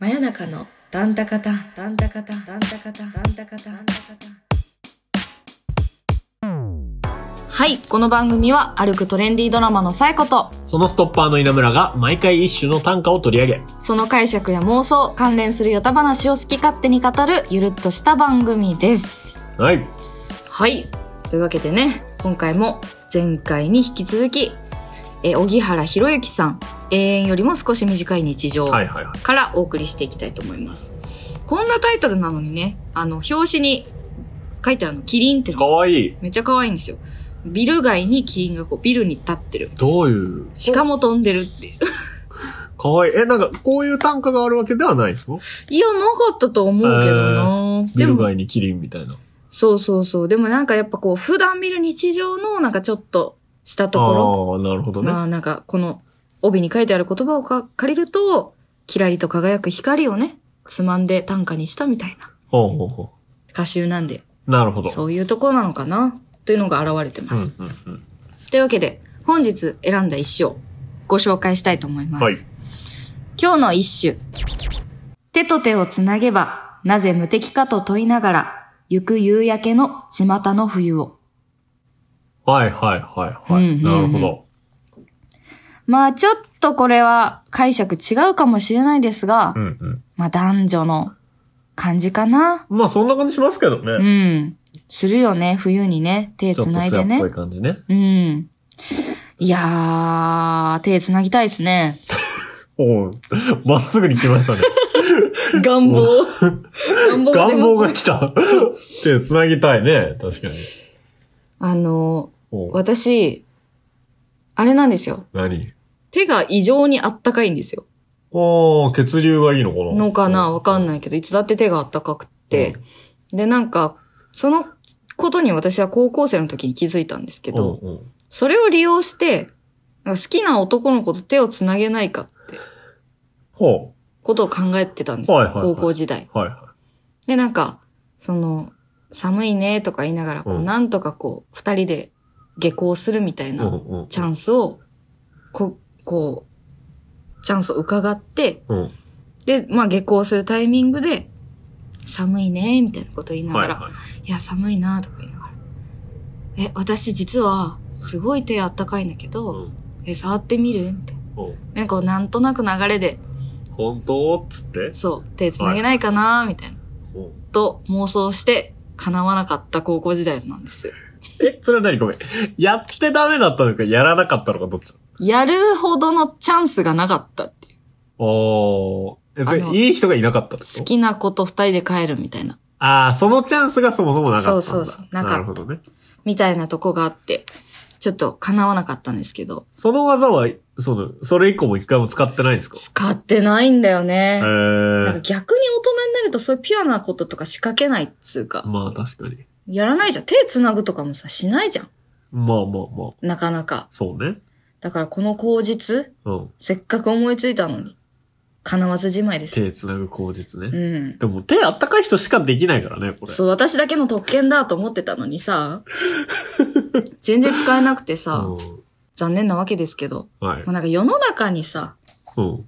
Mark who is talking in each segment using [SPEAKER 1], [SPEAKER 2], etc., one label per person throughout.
[SPEAKER 1] 真夜中のダンタカタンダンタカタンダンタカタンダンタカタンダンタカタン
[SPEAKER 2] はい、この番組は歩くトレンディードラマのサイコと、
[SPEAKER 3] そのストッパーの稲村が毎回一種の短歌を取り上げ、
[SPEAKER 2] その解釈や妄想、関連するヨタ話を好き勝手に語るゆるっとした番組です。
[SPEAKER 3] はい、
[SPEAKER 2] はい、というわけでね、今回も前回に引き続き、え、小木原博之さん、永遠よりも少し短い日常
[SPEAKER 3] はいはいはい。
[SPEAKER 2] からお送りしていきたいと思います。こんなタイトルなのにね、あの、表紙に書いてあるの、キリンっての
[SPEAKER 3] か
[SPEAKER 2] が
[SPEAKER 3] わいい。
[SPEAKER 2] めっちゃ可愛いんですよ。ビル街にキリンがこう、ビルに立ってる。
[SPEAKER 3] どういう、
[SPEAKER 2] 鹿も飛んでるっていう。
[SPEAKER 3] かわいい。え、なんか、こういう短歌があるわけではないですか
[SPEAKER 2] いや、なかったと思うけどな、
[SPEAKER 3] ビ
[SPEAKER 2] で
[SPEAKER 3] ル
[SPEAKER 2] も、
[SPEAKER 3] 街にキリンみたいな。
[SPEAKER 2] そうそうそう。でもなんかやっぱこう、普段見る日常のなんかちょっとしたところ。
[SPEAKER 3] ああ、なるほどね。
[SPEAKER 2] まあなんか、この帯に書いてある言葉をか借りると、キラリと輝く光をね、つまんで短歌にしたみたいな
[SPEAKER 3] ほうほうほ
[SPEAKER 2] 歌集なんで、
[SPEAKER 3] う。なるほど。
[SPEAKER 2] そういうところなのかなというのが現れて
[SPEAKER 3] う
[SPEAKER 2] ま
[SPEAKER 3] ん
[SPEAKER 2] す。
[SPEAKER 3] うんうん。
[SPEAKER 2] というわけで、本日選んだ一首をご紹介したいと思います。
[SPEAKER 3] はい
[SPEAKER 2] 今日の一首。手と手をつなげば、なぜ無敵かと問いながら、行く夕焼けの巷の冬を。
[SPEAKER 3] はいはいはいは
[SPEAKER 2] うんうんうん
[SPEAKER 3] い。なるほど。
[SPEAKER 2] まあちょっとこれは解釈違うかもしれないですが、
[SPEAKER 3] うんうん。
[SPEAKER 2] まあ男女の感じかな。
[SPEAKER 3] まあ、そんな感じしますけど
[SPEAKER 2] う
[SPEAKER 3] ね。
[SPEAKER 2] ん。するよね、冬にね、手
[SPEAKER 3] ちょっ
[SPEAKER 2] つ
[SPEAKER 3] と
[SPEAKER 2] ないで
[SPEAKER 3] 艶っ
[SPEAKER 2] ね
[SPEAKER 3] ぽい。感じね。
[SPEAKER 2] うん。いやー、手つなぎたいですね。
[SPEAKER 3] おう まっすぐに来ましたね。
[SPEAKER 2] 願 望。願望
[SPEAKER 3] 願望
[SPEAKER 2] が
[SPEAKER 3] が来た。 手繋ぎたいね。確かに。
[SPEAKER 2] あの、
[SPEAKER 3] おう
[SPEAKER 2] 私、あれなんですよ。
[SPEAKER 3] 何
[SPEAKER 2] 手が異常にあったかいんですよ。
[SPEAKER 3] おー、血流がいいのかな
[SPEAKER 2] のかなわかん
[SPEAKER 3] い。
[SPEAKER 2] ないけど、いつだって手があったかくって。で、なんか、そのことに私は高校生の時に気づいたんですけ
[SPEAKER 3] うん
[SPEAKER 2] ど、
[SPEAKER 3] うん。
[SPEAKER 2] それを利用して、なんか好きな男の子と手をつなげないかって
[SPEAKER 3] ほ
[SPEAKER 2] ことを考えてたんですよ。
[SPEAKER 3] はいはいはい
[SPEAKER 2] 高校時代。
[SPEAKER 3] う。はいは
[SPEAKER 2] で、なんか、その、寒いねとか言いながら、こう、
[SPEAKER 3] うん
[SPEAKER 2] なんとかこう、二人で下校するみたい
[SPEAKER 3] い。
[SPEAKER 2] な
[SPEAKER 3] うんうん。
[SPEAKER 2] チャンスを、こ、こう、チャンスを伺って、
[SPEAKER 3] うん。
[SPEAKER 2] で、まあ下校するタイミングで、寒いね、みたいなこと言いなが
[SPEAKER 3] は
[SPEAKER 2] ら、
[SPEAKER 3] い
[SPEAKER 2] い
[SPEAKER 3] はい。
[SPEAKER 2] や、寒いな、とか言いながら。え、私実は、すごい手あったかいんだけ
[SPEAKER 3] う
[SPEAKER 2] ど、
[SPEAKER 3] ん
[SPEAKER 2] え、触ってみるみたいな。
[SPEAKER 3] うん
[SPEAKER 2] なんかこう、なんとなく流れで、
[SPEAKER 3] 本当つって。
[SPEAKER 2] そう、手繋げないかな、みたいな。
[SPEAKER 3] うん
[SPEAKER 2] と妄想して、叶わなかった高校時代なんですよ。
[SPEAKER 3] え、それは何ごめん。やってダメだったのか、やらなかったのか、どっち
[SPEAKER 2] やるほどのチャンスがなかったっていう。
[SPEAKER 3] おー。え、そ
[SPEAKER 2] あ
[SPEAKER 3] れ、
[SPEAKER 2] の
[SPEAKER 3] いい人がいなかったってこと
[SPEAKER 2] 好きな子と二人で帰るみたいな。
[SPEAKER 3] あー、そのチャンスがそもそもなかったんだ。
[SPEAKER 2] そうそうそうなかった
[SPEAKER 3] るほどね。
[SPEAKER 2] みたいなとこがあって、ちょっと叶わなかったんですけど、
[SPEAKER 3] その技は、その、それ以降も一回も使ってないんですか
[SPEAKER 2] 使ってないんだよね
[SPEAKER 3] え。
[SPEAKER 2] なんか逆に大人
[SPEAKER 3] ー。
[SPEAKER 2] になるとそういうピュアなこととか仕掛けないっつうか、
[SPEAKER 3] まあ確かに。
[SPEAKER 2] やらないじゃん。手繋ぐとかもさ、しないじゃん。
[SPEAKER 3] まあまあまあ。
[SPEAKER 2] なかなか。
[SPEAKER 3] そうね。
[SPEAKER 2] だからこの口実、
[SPEAKER 3] うん。
[SPEAKER 2] せっかく思いついたのに、叶わずじまいです。
[SPEAKER 3] 手繋ぐ口実ね。
[SPEAKER 2] うん。
[SPEAKER 3] でも手あったかい人しかできないからね、これ。
[SPEAKER 2] そう、私だけの特権だと思ってたのにさ、全然使えなくてさ、
[SPEAKER 3] う
[SPEAKER 2] 残念なわけですけど、
[SPEAKER 3] ん。はい
[SPEAKER 2] もう。なんか世の中にさ、
[SPEAKER 3] うん。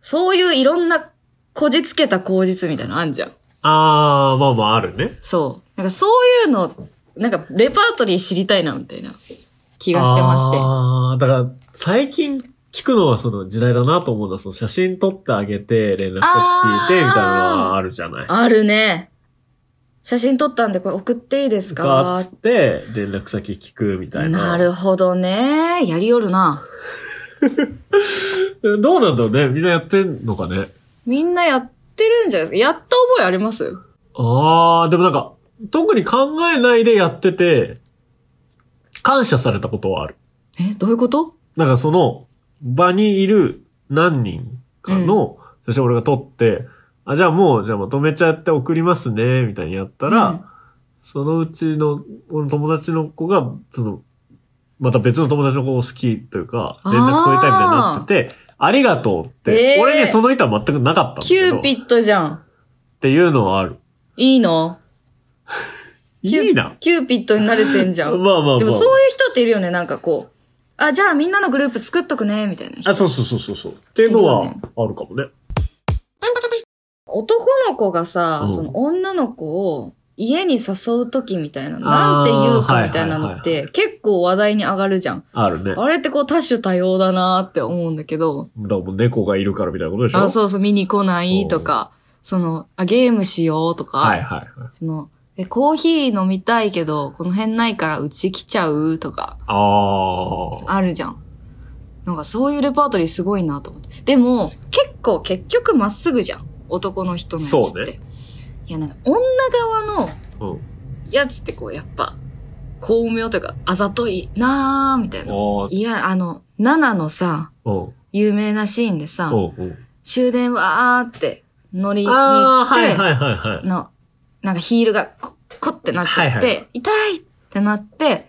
[SPEAKER 2] そういういろんなこじつけた口実みたいなのあんじゃん。
[SPEAKER 3] あー、まあまああるね。
[SPEAKER 2] そう。なんかそういうの、なんかレパートリー知りたいな、みたいな気がしてまして。
[SPEAKER 3] ああ、だから、最近聞くのはその時代だなと思うのは、その写真撮ってあげて、連絡先聞いて、みたいなのはあるじゃない。
[SPEAKER 2] あるね。写真撮ったんでこれ送っていいです
[SPEAKER 3] か、
[SPEAKER 2] か
[SPEAKER 3] つって、連絡先聞くみたいな。
[SPEAKER 2] なるほどね。やりよるな。
[SPEAKER 3] どうなんだろうねみんなやってんのかね
[SPEAKER 2] みんなやってるんじゃないですかやった覚えあります
[SPEAKER 3] ああ、でもなんか、特に考えないでやってて、感謝されたことはある。
[SPEAKER 2] え、どういうこと
[SPEAKER 3] なんかその、場にいる何人かの写真を俺が撮って、あ、じゃあもう、じゃあまとめちゃって送りますね、みたいにやったら、
[SPEAKER 2] うん
[SPEAKER 3] そのうちの、俺の友達の子が、その、また別の友達の子を好きというか、連絡取りたいみたいになってて、ありがとうって、
[SPEAKER 2] えー
[SPEAKER 3] 俺にその意図は全くなかったんだ
[SPEAKER 2] キ
[SPEAKER 3] け
[SPEAKER 2] ュ
[SPEAKER 3] ど。
[SPEAKER 2] ーピ
[SPEAKER 3] っ
[SPEAKER 2] ッドじゃん。
[SPEAKER 3] ていうのはある。
[SPEAKER 2] いいの
[SPEAKER 3] いいな。
[SPEAKER 2] キューピッドになれてんじ
[SPEAKER 3] ま
[SPEAKER 2] ゃ
[SPEAKER 3] あ
[SPEAKER 2] ん。
[SPEAKER 3] まあまあ。
[SPEAKER 2] でもそういう人っているよね、なんかこう。あ、じゃあみんなのグループ作っとくね、みたいな人。
[SPEAKER 3] あ、そうそうそうそうそう。っていうのはあるかもね。
[SPEAKER 2] 男の子がさ、
[SPEAKER 3] うん
[SPEAKER 2] その女の子を家に誘う時みたいな、
[SPEAKER 3] ー
[SPEAKER 2] なんて言う
[SPEAKER 3] はい
[SPEAKER 2] か
[SPEAKER 3] はい
[SPEAKER 2] みたいなのって、結構話題に上がるじゃん。
[SPEAKER 3] あるね。
[SPEAKER 2] あれってこう多種多様だなって思うんだけど、
[SPEAKER 3] だからもう猫がいるからみたいなことでしょ
[SPEAKER 2] あ、そうそう、見に来ないとか、その、あ、ゲームしようとか、
[SPEAKER 3] はいはいはい。
[SPEAKER 2] その、え、コーヒー飲みたいけど、この辺ないからうち来ちゃうとか、
[SPEAKER 3] ああ。
[SPEAKER 2] あるじゃん。なんかそういうレパートリーすごいなと思って。でも、結構結局まっすぐじゃん。男の人のやつ
[SPEAKER 3] そう
[SPEAKER 2] って。
[SPEAKER 3] ね
[SPEAKER 2] いや、なんか女側の
[SPEAKER 3] うん。
[SPEAKER 2] やつってこう、やっぱ、巧妙というか、あざといなーみたいな。
[SPEAKER 3] あ
[SPEAKER 2] いや、あの、ナナのさ、
[SPEAKER 3] あ。うん。
[SPEAKER 2] 有名なシーンでさ、
[SPEAKER 3] うんうん。
[SPEAKER 2] 終電わーって乗りに行
[SPEAKER 3] ああ、
[SPEAKER 2] って、
[SPEAKER 3] はいはいはいはい。
[SPEAKER 2] の、なんかヒールがコッコッってなっちゃって、
[SPEAKER 3] はい
[SPEAKER 2] 痛いってなって、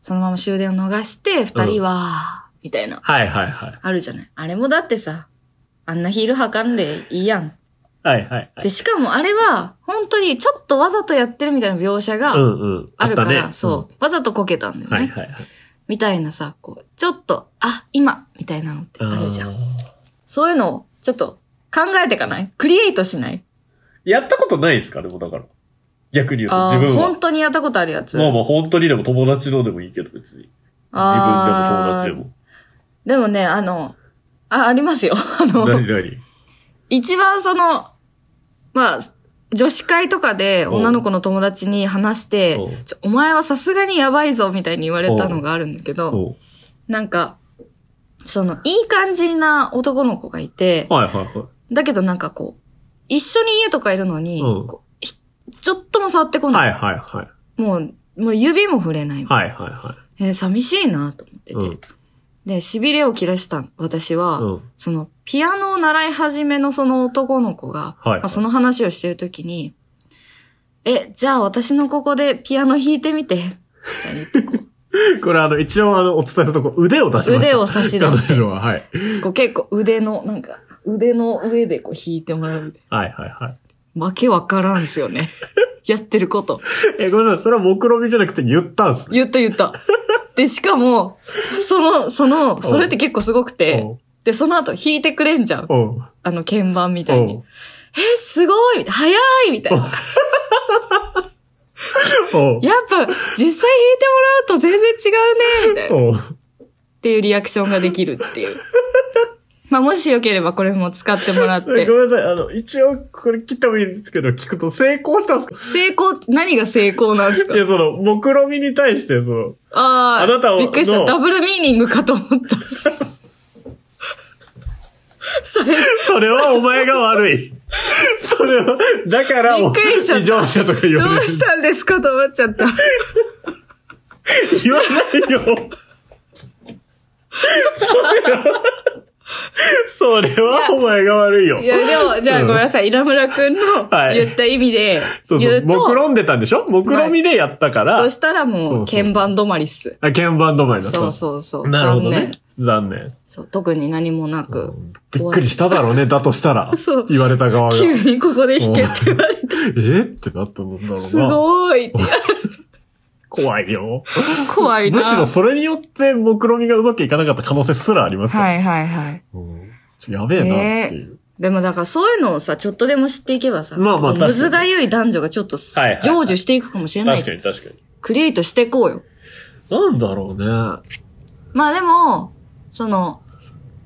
[SPEAKER 2] そのまま終電を逃して、二人は、みたいな、
[SPEAKER 3] はいはいはい。
[SPEAKER 2] あるじゃない。あれもだってさ、あんなヒール履かんでいいやん。
[SPEAKER 3] はいはいはい。
[SPEAKER 2] で、しかもあれは、本当にちょっとわざとやってるみたいな描写
[SPEAKER 3] う
[SPEAKER 2] が
[SPEAKER 3] んうん。
[SPEAKER 2] あるか
[SPEAKER 3] った
[SPEAKER 2] ら、
[SPEAKER 3] ね
[SPEAKER 2] そう、わざとこけたんだよ
[SPEAKER 3] うん。
[SPEAKER 2] ね。
[SPEAKER 3] はいはいはい。
[SPEAKER 2] みたいなさ、こう、ちょっと、あ、今みたいなのってあるじゃん。
[SPEAKER 3] あー
[SPEAKER 2] そういうのを、ちょっと、考えてかないクリエイトしない
[SPEAKER 3] やったことないですかでもだから。逆に言うと
[SPEAKER 2] あ
[SPEAKER 3] 自分
[SPEAKER 2] ー
[SPEAKER 3] は
[SPEAKER 2] 本。当にやったことあるやつ。
[SPEAKER 3] まあまあ本当にでも友達のでもいいけど別に。自分でも友達でも。
[SPEAKER 2] でもね、あの、あ、ありますよ。 あの、
[SPEAKER 3] 何何
[SPEAKER 2] 一番その、まあ、女子会とかで
[SPEAKER 3] おう
[SPEAKER 2] 女の子の友達に話して
[SPEAKER 3] おう、
[SPEAKER 2] ちょお前はさすがにやばいぞみたいに言われたのがあるんだけど、
[SPEAKER 3] お
[SPEAKER 2] なんか、その、いい感じな男の子がいて、
[SPEAKER 3] はいはいは
[SPEAKER 2] だけどなんかこう、一緒に家とかいるのに、
[SPEAKER 3] うん
[SPEAKER 2] こうひちょっとも触ってこ
[SPEAKER 3] い。は
[SPEAKER 2] ない。
[SPEAKER 3] いはいはい。
[SPEAKER 2] もう、もう指も触れない。
[SPEAKER 3] はいはいは
[SPEAKER 2] えー寂しいなと思って
[SPEAKER 3] い。
[SPEAKER 2] て。
[SPEAKER 3] うん。
[SPEAKER 2] で、痺れを切らした私は、
[SPEAKER 3] うん。
[SPEAKER 2] その、ピアノを習い始めのその男の子が、
[SPEAKER 3] はい
[SPEAKER 2] まあ、その話をしてるときに、え、じゃあ私のここでピアノ弾いてみて。 みたいに言ってこ
[SPEAKER 3] これあの、一応あの、お伝えしたとこ、腕を出し
[SPEAKER 2] う、
[SPEAKER 3] ました。
[SPEAKER 2] 腕を差し出し
[SPEAKER 3] 彼
[SPEAKER 2] て、
[SPEAKER 3] 女は、はい。
[SPEAKER 2] こう結構腕の、なんか、腕の上でこう弾いてもらうみたい
[SPEAKER 3] はいはいはい。
[SPEAKER 2] な。わけわからんすよ ね。やってること。
[SPEAKER 3] え、ごめんなさい。それは目論見じゃなくて言ったんすね。
[SPEAKER 2] 言った言った。で、しかも、その、その、それって結構すごくて、
[SPEAKER 3] おう
[SPEAKER 2] で、その後弾いてくれんじゃん。
[SPEAKER 3] おう
[SPEAKER 2] あの、鍵盤みたい
[SPEAKER 3] お
[SPEAKER 2] に
[SPEAKER 3] う。
[SPEAKER 2] え、すごいみたいな早いみたいな。
[SPEAKER 3] おう
[SPEAKER 2] やっぱ、実際弾いてもらうと全然違うね、みたいな。っ
[SPEAKER 3] おう
[SPEAKER 2] ていうリアクションができるって いう。まあ、もしよければこれも使ってもらっ
[SPEAKER 3] え
[SPEAKER 2] て
[SPEAKER 3] ご。めんなさい。あの、一応、これ切ってもいいんですけど、聞くと成功したんすか
[SPEAKER 2] 成功、何が成功なんですか
[SPEAKER 3] いや、その、目論見に対して、その、
[SPEAKER 2] ああ、
[SPEAKER 3] あなたを
[SPEAKER 2] びっくりした。
[SPEAKER 3] の
[SPEAKER 2] ダブルミーニングかと思 った。最
[SPEAKER 3] それはお前が 悪い。それは、だから、
[SPEAKER 2] びっくりしちゃった
[SPEAKER 3] 異常者とか言わ
[SPEAKER 2] ど
[SPEAKER 3] れ
[SPEAKER 2] う
[SPEAKER 3] る。
[SPEAKER 2] したんですかと思っちゃった。
[SPEAKER 3] 言わないよ。それは、それはお前が悪いよ
[SPEAKER 2] い。や、でも、じゃあごめんなさい。稲村くんの
[SPEAKER 3] はい
[SPEAKER 2] 言った意味で
[SPEAKER 3] そうそ
[SPEAKER 2] 言
[SPEAKER 3] う。
[SPEAKER 2] うと、
[SPEAKER 3] 目論んでたんでしょ目論みでやったから、
[SPEAKER 2] そしたらもう
[SPEAKER 3] そうそうそう
[SPEAKER 2] 鍵盤止まりっす。
[SPEAKER 3] あ鍵盤止まりだった。
[SPEAKER 2] そうそうそう。
[SPEAKER 3] なるほど
[SPEAKER 2] 残
[SPEAKER 3] ね
[SPEAKER 2] 念。
[SPEAKER 3] 残念。
[SPEAKER 2] そう、特に何もなく。
[SPEAKER 3] びっくりしただろうね、だとしたら。
[SPEAKER 2] そう
[SPEAKER 3] 言われた側が。
[SPEAKER 2] 急にここで弾けって言われて、
[SPEAKER 3] えーってなったんだろうな。
[SPEAKER 2] すごいって、
[SPEAKER 3] 怖いよ。
[SPEAKER 2] 怖いな。
[SPEAKER 3] むしろそれによって目論みがうまくいかなかった可能性すらありますから。
[SPEAKER 2] はいはいはい。
[SPEAKER 3] うんちょやべえなっていう。
[SPEAKER 2] でもだからそういうのをさ、ちょっとでも知っていけばさ、
[SPEAKER 3] まあまあ
[SPEAKER 2] こう
[SPEAKER 3] 確か
[SPEAKER 2] む
[SPEAKER 3] に
[SPEAKER 2] ずがゆい男女がちょっとす、
[SPEAKER 3] はいはいはい
[SPEAKER 2] 成就していくかもしれない。
[SPEAKER 3] 確かに確かに。
[SPEAKER 2] クリエイトしていこうよ。
[SPEAKER 3] なんだろうね。
[SPEAKER 2] まあでも、その、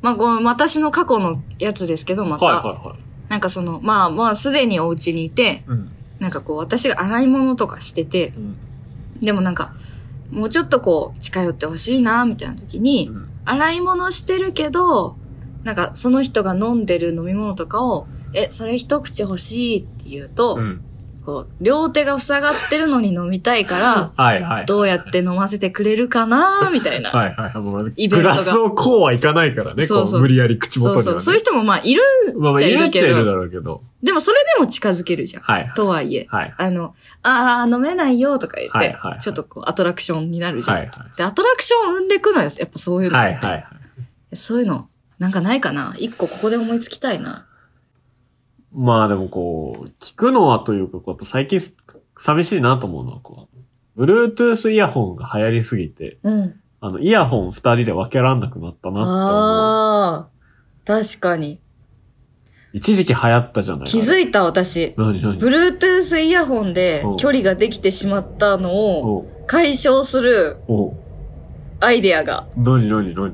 [SPEAKER 2] まあこの私の過去のやつですけど、また、
[SPEAKER 3] はいはいはい。
[SPEAKER 2] なんかその、まあまあすでにお家にいて、
[SPEAKER 3] うん。
[SPEAKER 2] なんかこう私が洗い物とかしてて、
[SPEAKER 3] うん。
[SPEAKER 2] でもなんか、もうちょっとこう、近寄ってほしいな、みたいな時に、
[SPEAKER 3] うん
[SPEAKER 2] 洗い物してるけど、なんかその人が飲んでる飲み物とかを、え、それ一口欲しいって言うと、
[SPEAKER 3] うん。
[SPEAKER 2] こう、両手が塞がってるのに飲みたいか
[SPEAKER 3] はいはい。
[SPEAKER 2] ら、どうやって飲ませてくれるかな、みたいな。
[SPEAKER 3] はいはい。もう
[SPEAKER 2] イベン
[SPEAKER 3] グ
[SPEAKER 2] トが
[SPEAKER 3] ラスをこうはいかないからね。
[SPEAKER 2] そうそう
[SPEAKER 3] こう無理やり口元
[SPEAKER 2] そ
[SPEAKER 3] には、
[SPEAKER 2] う
[SPEAKER 3] ね。
[SPEAKER 2] そう。そういう人もまあいる
[SPEAKER 3] まあ
[SPEAKER 2] っ
[SPEAKER 3] まあ、
[SPEAKER 2] ちゃい
[SPEAKER 3] いる
[SPEAKER 2] る
[SPEAKER 3] っ
[SPEAKER 2] け
[SPEAKER 3] ちゃ
[SPEAKER 2] ど
[SPEAKER 3] いるだろうけど。
[SPEAKER 2] でもそれでも近づけるじゃん。
[SPEAKER 3] はい。
[SPEAKER 2] とはいえ。
[SPEAKER 3] はい。
[SPEAKER 2] あの、ああ、飲めないよとか言って、
[SPEAKER 3] はいはいはい
[SPEAKER 2] ちょっとこう、アトラクションになるじゃん。
[SPEAKER 3] はいはい。
[SPEAKER 2] で、アトラクションを生んでくのよ。やっぱそういうの。
[SPEAKER 3] はいはいはい。
[SPEAKER 2] そういうの、なんかないかな一個ここで思いつきたいな。
[SPEAKER 3] まあでもこう、聞くのはというか、こうやっぱ最近寂しいなと思うのは、こう、Bluetooth イヤホンが流行りすぎて、
[SPEAKER 2] うん。
[SPEAKER 3] あの、イヤホン二人で分けらんなくなったなって思う。
[SPEAKER 2] ああ、確かに。
[SPEAKER 3] 一時期流行ったじゃない
[SPEAKER 2] 気づいた私。
[SPEAKER 3] 何何
[SPEAKER 2] Bluetooth イヤホンで
[SPEAKER 3] お
[SPEAKER 2] 距離ができてしまったのを
[SPEAKER 3] お
[SPEAKER 2] 解消する
[SPEAKER 3] お
[SPEAKER 2] アイデアが。
[SPEAKER 3] 何何何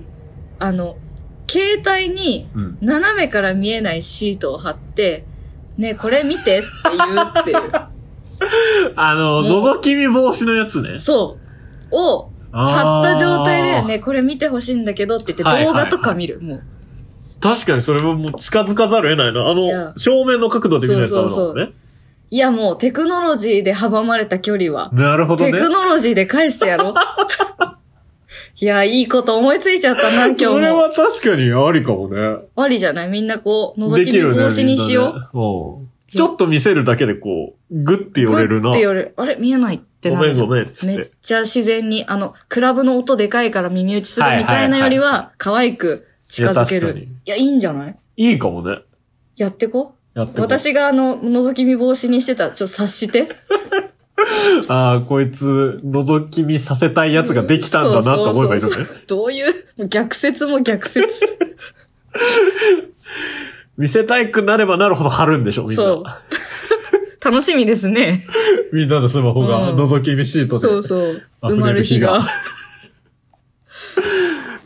[SPEAKER 2] あの、携帯に
[SPEAKER 3] うん。
[SPEAKER 2] 斜めから見えないシートを貼って、ねえこれ見てって言うっていう。
[SPEAKER 3] あの、
[SPEAKER 2] も
[SPEAKER 3] 覗き見防止のやつね。
[SPEAKER 2] そう。を貼
[SPEAKER 3] あー
[SPEAKER 2] った状態で、ねえこれ見てほしいんだけどって言っ
[SPEAKER 3] は
[SPEAKER 2] て
[SPEAKER 3] いはい
[SPEAKER 2] 動
[SPEAKER 3] はい
[SPEAKER 2] 画とか見る。もう。
[SPEAKER 3] 確かにそれももう近づかざるを得ないな。あ
[SPEAKER 2] い
[SPEAKER 3] の
[SPEAKER 2] や、
[SPEAKER 3] 正面の角度で見ないとダメだ
[SPEAKER 2] そ
[SPEAKER 3] も
[SPEAKER 2] うんそう
[SPEAKER 3] ね。
[SPEAKER 2] いやもうテクノロジーで阻まれた距離は。
[SPEAKER 3] なるほど
[SPEAKER 2] テ
[SPEAKER 3] ね。
[SPEAKER 2] クノロジーで返してや ろう。いや、いいこと思いついちゃったな、今日
[SPEAKER 3] これ
[SPEAKER 2] も。
[SPEAKER 3] は確かにありかもね。
[SPEAKER 2] ありじゃないみんなこう、覗
[SPEAKER 3] で
[SPEAKER 2] き
[SPEAKER 3] き
[SPEAKER 2] 見
[SPEAKER 3] る
[SPEAKER 2] 防
[SPEAKER 3] ね。
[SPEAKER 2] 止にしよ
[SPEAKER 3] う。うん。ちょっと見せるだけでこう、グッて
[SPEAKER 2] う。
[SPEAKER 3] 寄れる
[SPEAKER 2] グ
[SPEAKER 3] な
[SPEAKER 2] ッ。て寄れる。あれ見えないって
[SPEAKER 3] ご
[SPEAKER 2] な
[SPEAKER 3] め
[SPEAKER 2] る
[SPEAKER 3] ん
[SPEAKER 2] じゃ
[SPEAKER 3] ご
[SPEAKER 2] ん。
[SPEAKER 3] めん、つっ。
[SPEAKER 2] めってちゃ自然に、あの、クラブの音でかいから耳打ちするみたいなより
[SPEAKER 3] はい
[SPEAKER 2] は、可愛く近づけ
[SPEAKER 3] いや
[SPEAKER 2] る。
[SPEAKER 3] 確
[SPEAKER 2] い
[SPEAKER 3] か
[SPEAKER 2] や
[SPEAKER 3] に、
[SPEAKER 2] いいんじゃない
[SPEAKER 3] いいかもね。
[SPEAKER 2] やってこ。
[SPEAKER 3] やってこう
[SPEAKER 2] 私があの、覗き見防止にしてた、ちょっと察して。
[SPEAKER 3] ああ、こいつ、覗き見させたいやつができたんだなと思えばいいのね
[SPEAKER 2] そう。そうそうどういう、もう逆説も逆 説。
[SPEAKER 3] 見せたくなればなるほど貼るんでしょ、みん
[SPEAKER 2] そう
[SPEAKER 3] な。。
[SPEAKER 2] 楽しみですね。
[SPEAKER 3] みんなのスマホが
[SPEAKER 2] うん
[SPEAKER 3] 覗き見シートで。
[SPEAKER 2] そうそう。埋
[SPEAKER 3] 溢
[SPEAKER 2] ま
[SPEAKER 3] れる
[SPEAKER 2] る
[SPEAKER 3] 日
[SPEAKER 2] 日
[SPEAKER 3] が
[SPEAKER 2] が。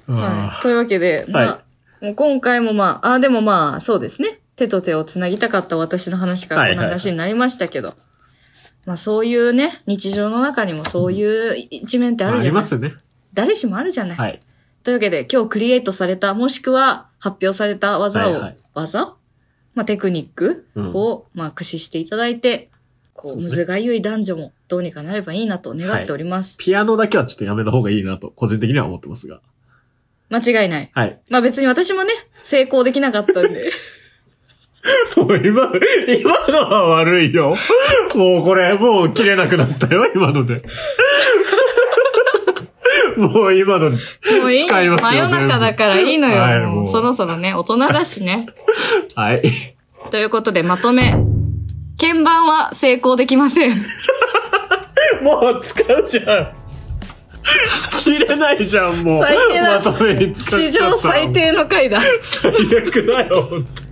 [SPEAKER 3] あ
[SPEAKER 2] はい。というわけで、
[SPEAKER 3] は
[SPEAKER 2] まあ、もう今回もまあ、ああ、でもまあ、そうですね。手と手をつなぎたかった私の話から
[SPEAKER 3] はい
[SPEAKER 2] この話になりましたけど。まあそういうね、日常の中にもそういう一面って
[SPEAKER 3] ー
[SPEAKER 2] あ
[SPEAKER 3] まあ
[SPEAKER 2] る
[SPEAKER 3] あ
[SPEAKER 2] じ
[SPEAKER 3] り
[SPEAKER 2] ゃな
[SPEAKER 3] ま
[SPEAKER 2] い、
[SPEAKER 3] すよね。
[SPEAKER 2] 誰しもあるじゃない、
[SPEAKER 3] はい。
[SPEAKER 2] というわけで、今日クリエイトされた、もしくは発表された技を、
[SPEAKER 3] はいはい
[SPEAKER 2] 技まあテクニック
[SPEAKER 3] うん
[SPEAKER 2] を、まあ駆使していただいて、こ
[SPEAKER 3] そう
[SPEAKER 2] う、
[SPEAKER 3] で
[SPEAKER 2] む
[SPEAKER 3] すね
[SPEAKER 2] ずがゆい男女もどうにかなればいいなと願っております。
[SPEAKER 3] ピアノだけはちょっとやめた方がいいなと、個人的には思ってますが。
[SPEAKER 2] 間違いない。
[SPEAKER 3] はい。
[SPEAKER 2] まあ別に私もね、成功できなかったんで。
[SPEAKER 3] もう今の、今のは悪いよ。もうこれ、もう切れなくなったよ、今ので。もう今ので、
[SPEAKER 2] もういい。
[SPEAKER 3] 使いますよ
[SPEAKER 2] 真夜中だからいいのよ。
[SPEAKER 3] 全部
[SPEAKER 2] もう
[SPEAKER 3] はい
[SPEAKER 2] そろそろね、大人だしね。
[SPEAKER 3] はい。
[SPEAKER 2] ということで、まとめ。鍵盤は成功できません。
[SPEAKER 3] もう使うじゃん。切れないじゃん、もう。
[SPEAKER 2] 最低だ
[SPEAKER 3] まとめに使っ
[SPEAKER 2] 史
[SPEAKER 3] ちゃった
[SPEAKER 2] 上最。低の回だ。
[SPEAKER 3] 最悪だよ、本当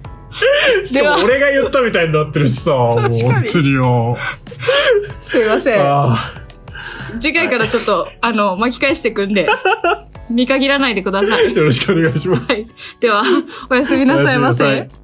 [SPEAKER 3] し
[SPEAKER 2] で
[SPEAKER 3] か
[SPEAKER 2] は
[SPEAKER 3] も俺が言ったみたいになってるしさ、もう本当によ。
[SPEAKER 2] すいません。
[SPEAKER 3] あ
[SPEAKER 2] 次回からちょっと、あの、巻き返してくんで、見限らないでください。
[SPEAKER 3] あ、よろしくお願いしま す。
[SPEAKER 2] はい。では、おやすみなさいま
[SPEAKER 3] おやすみなさ
[SPEAKER 2] せ
[SPEAKER 3] い。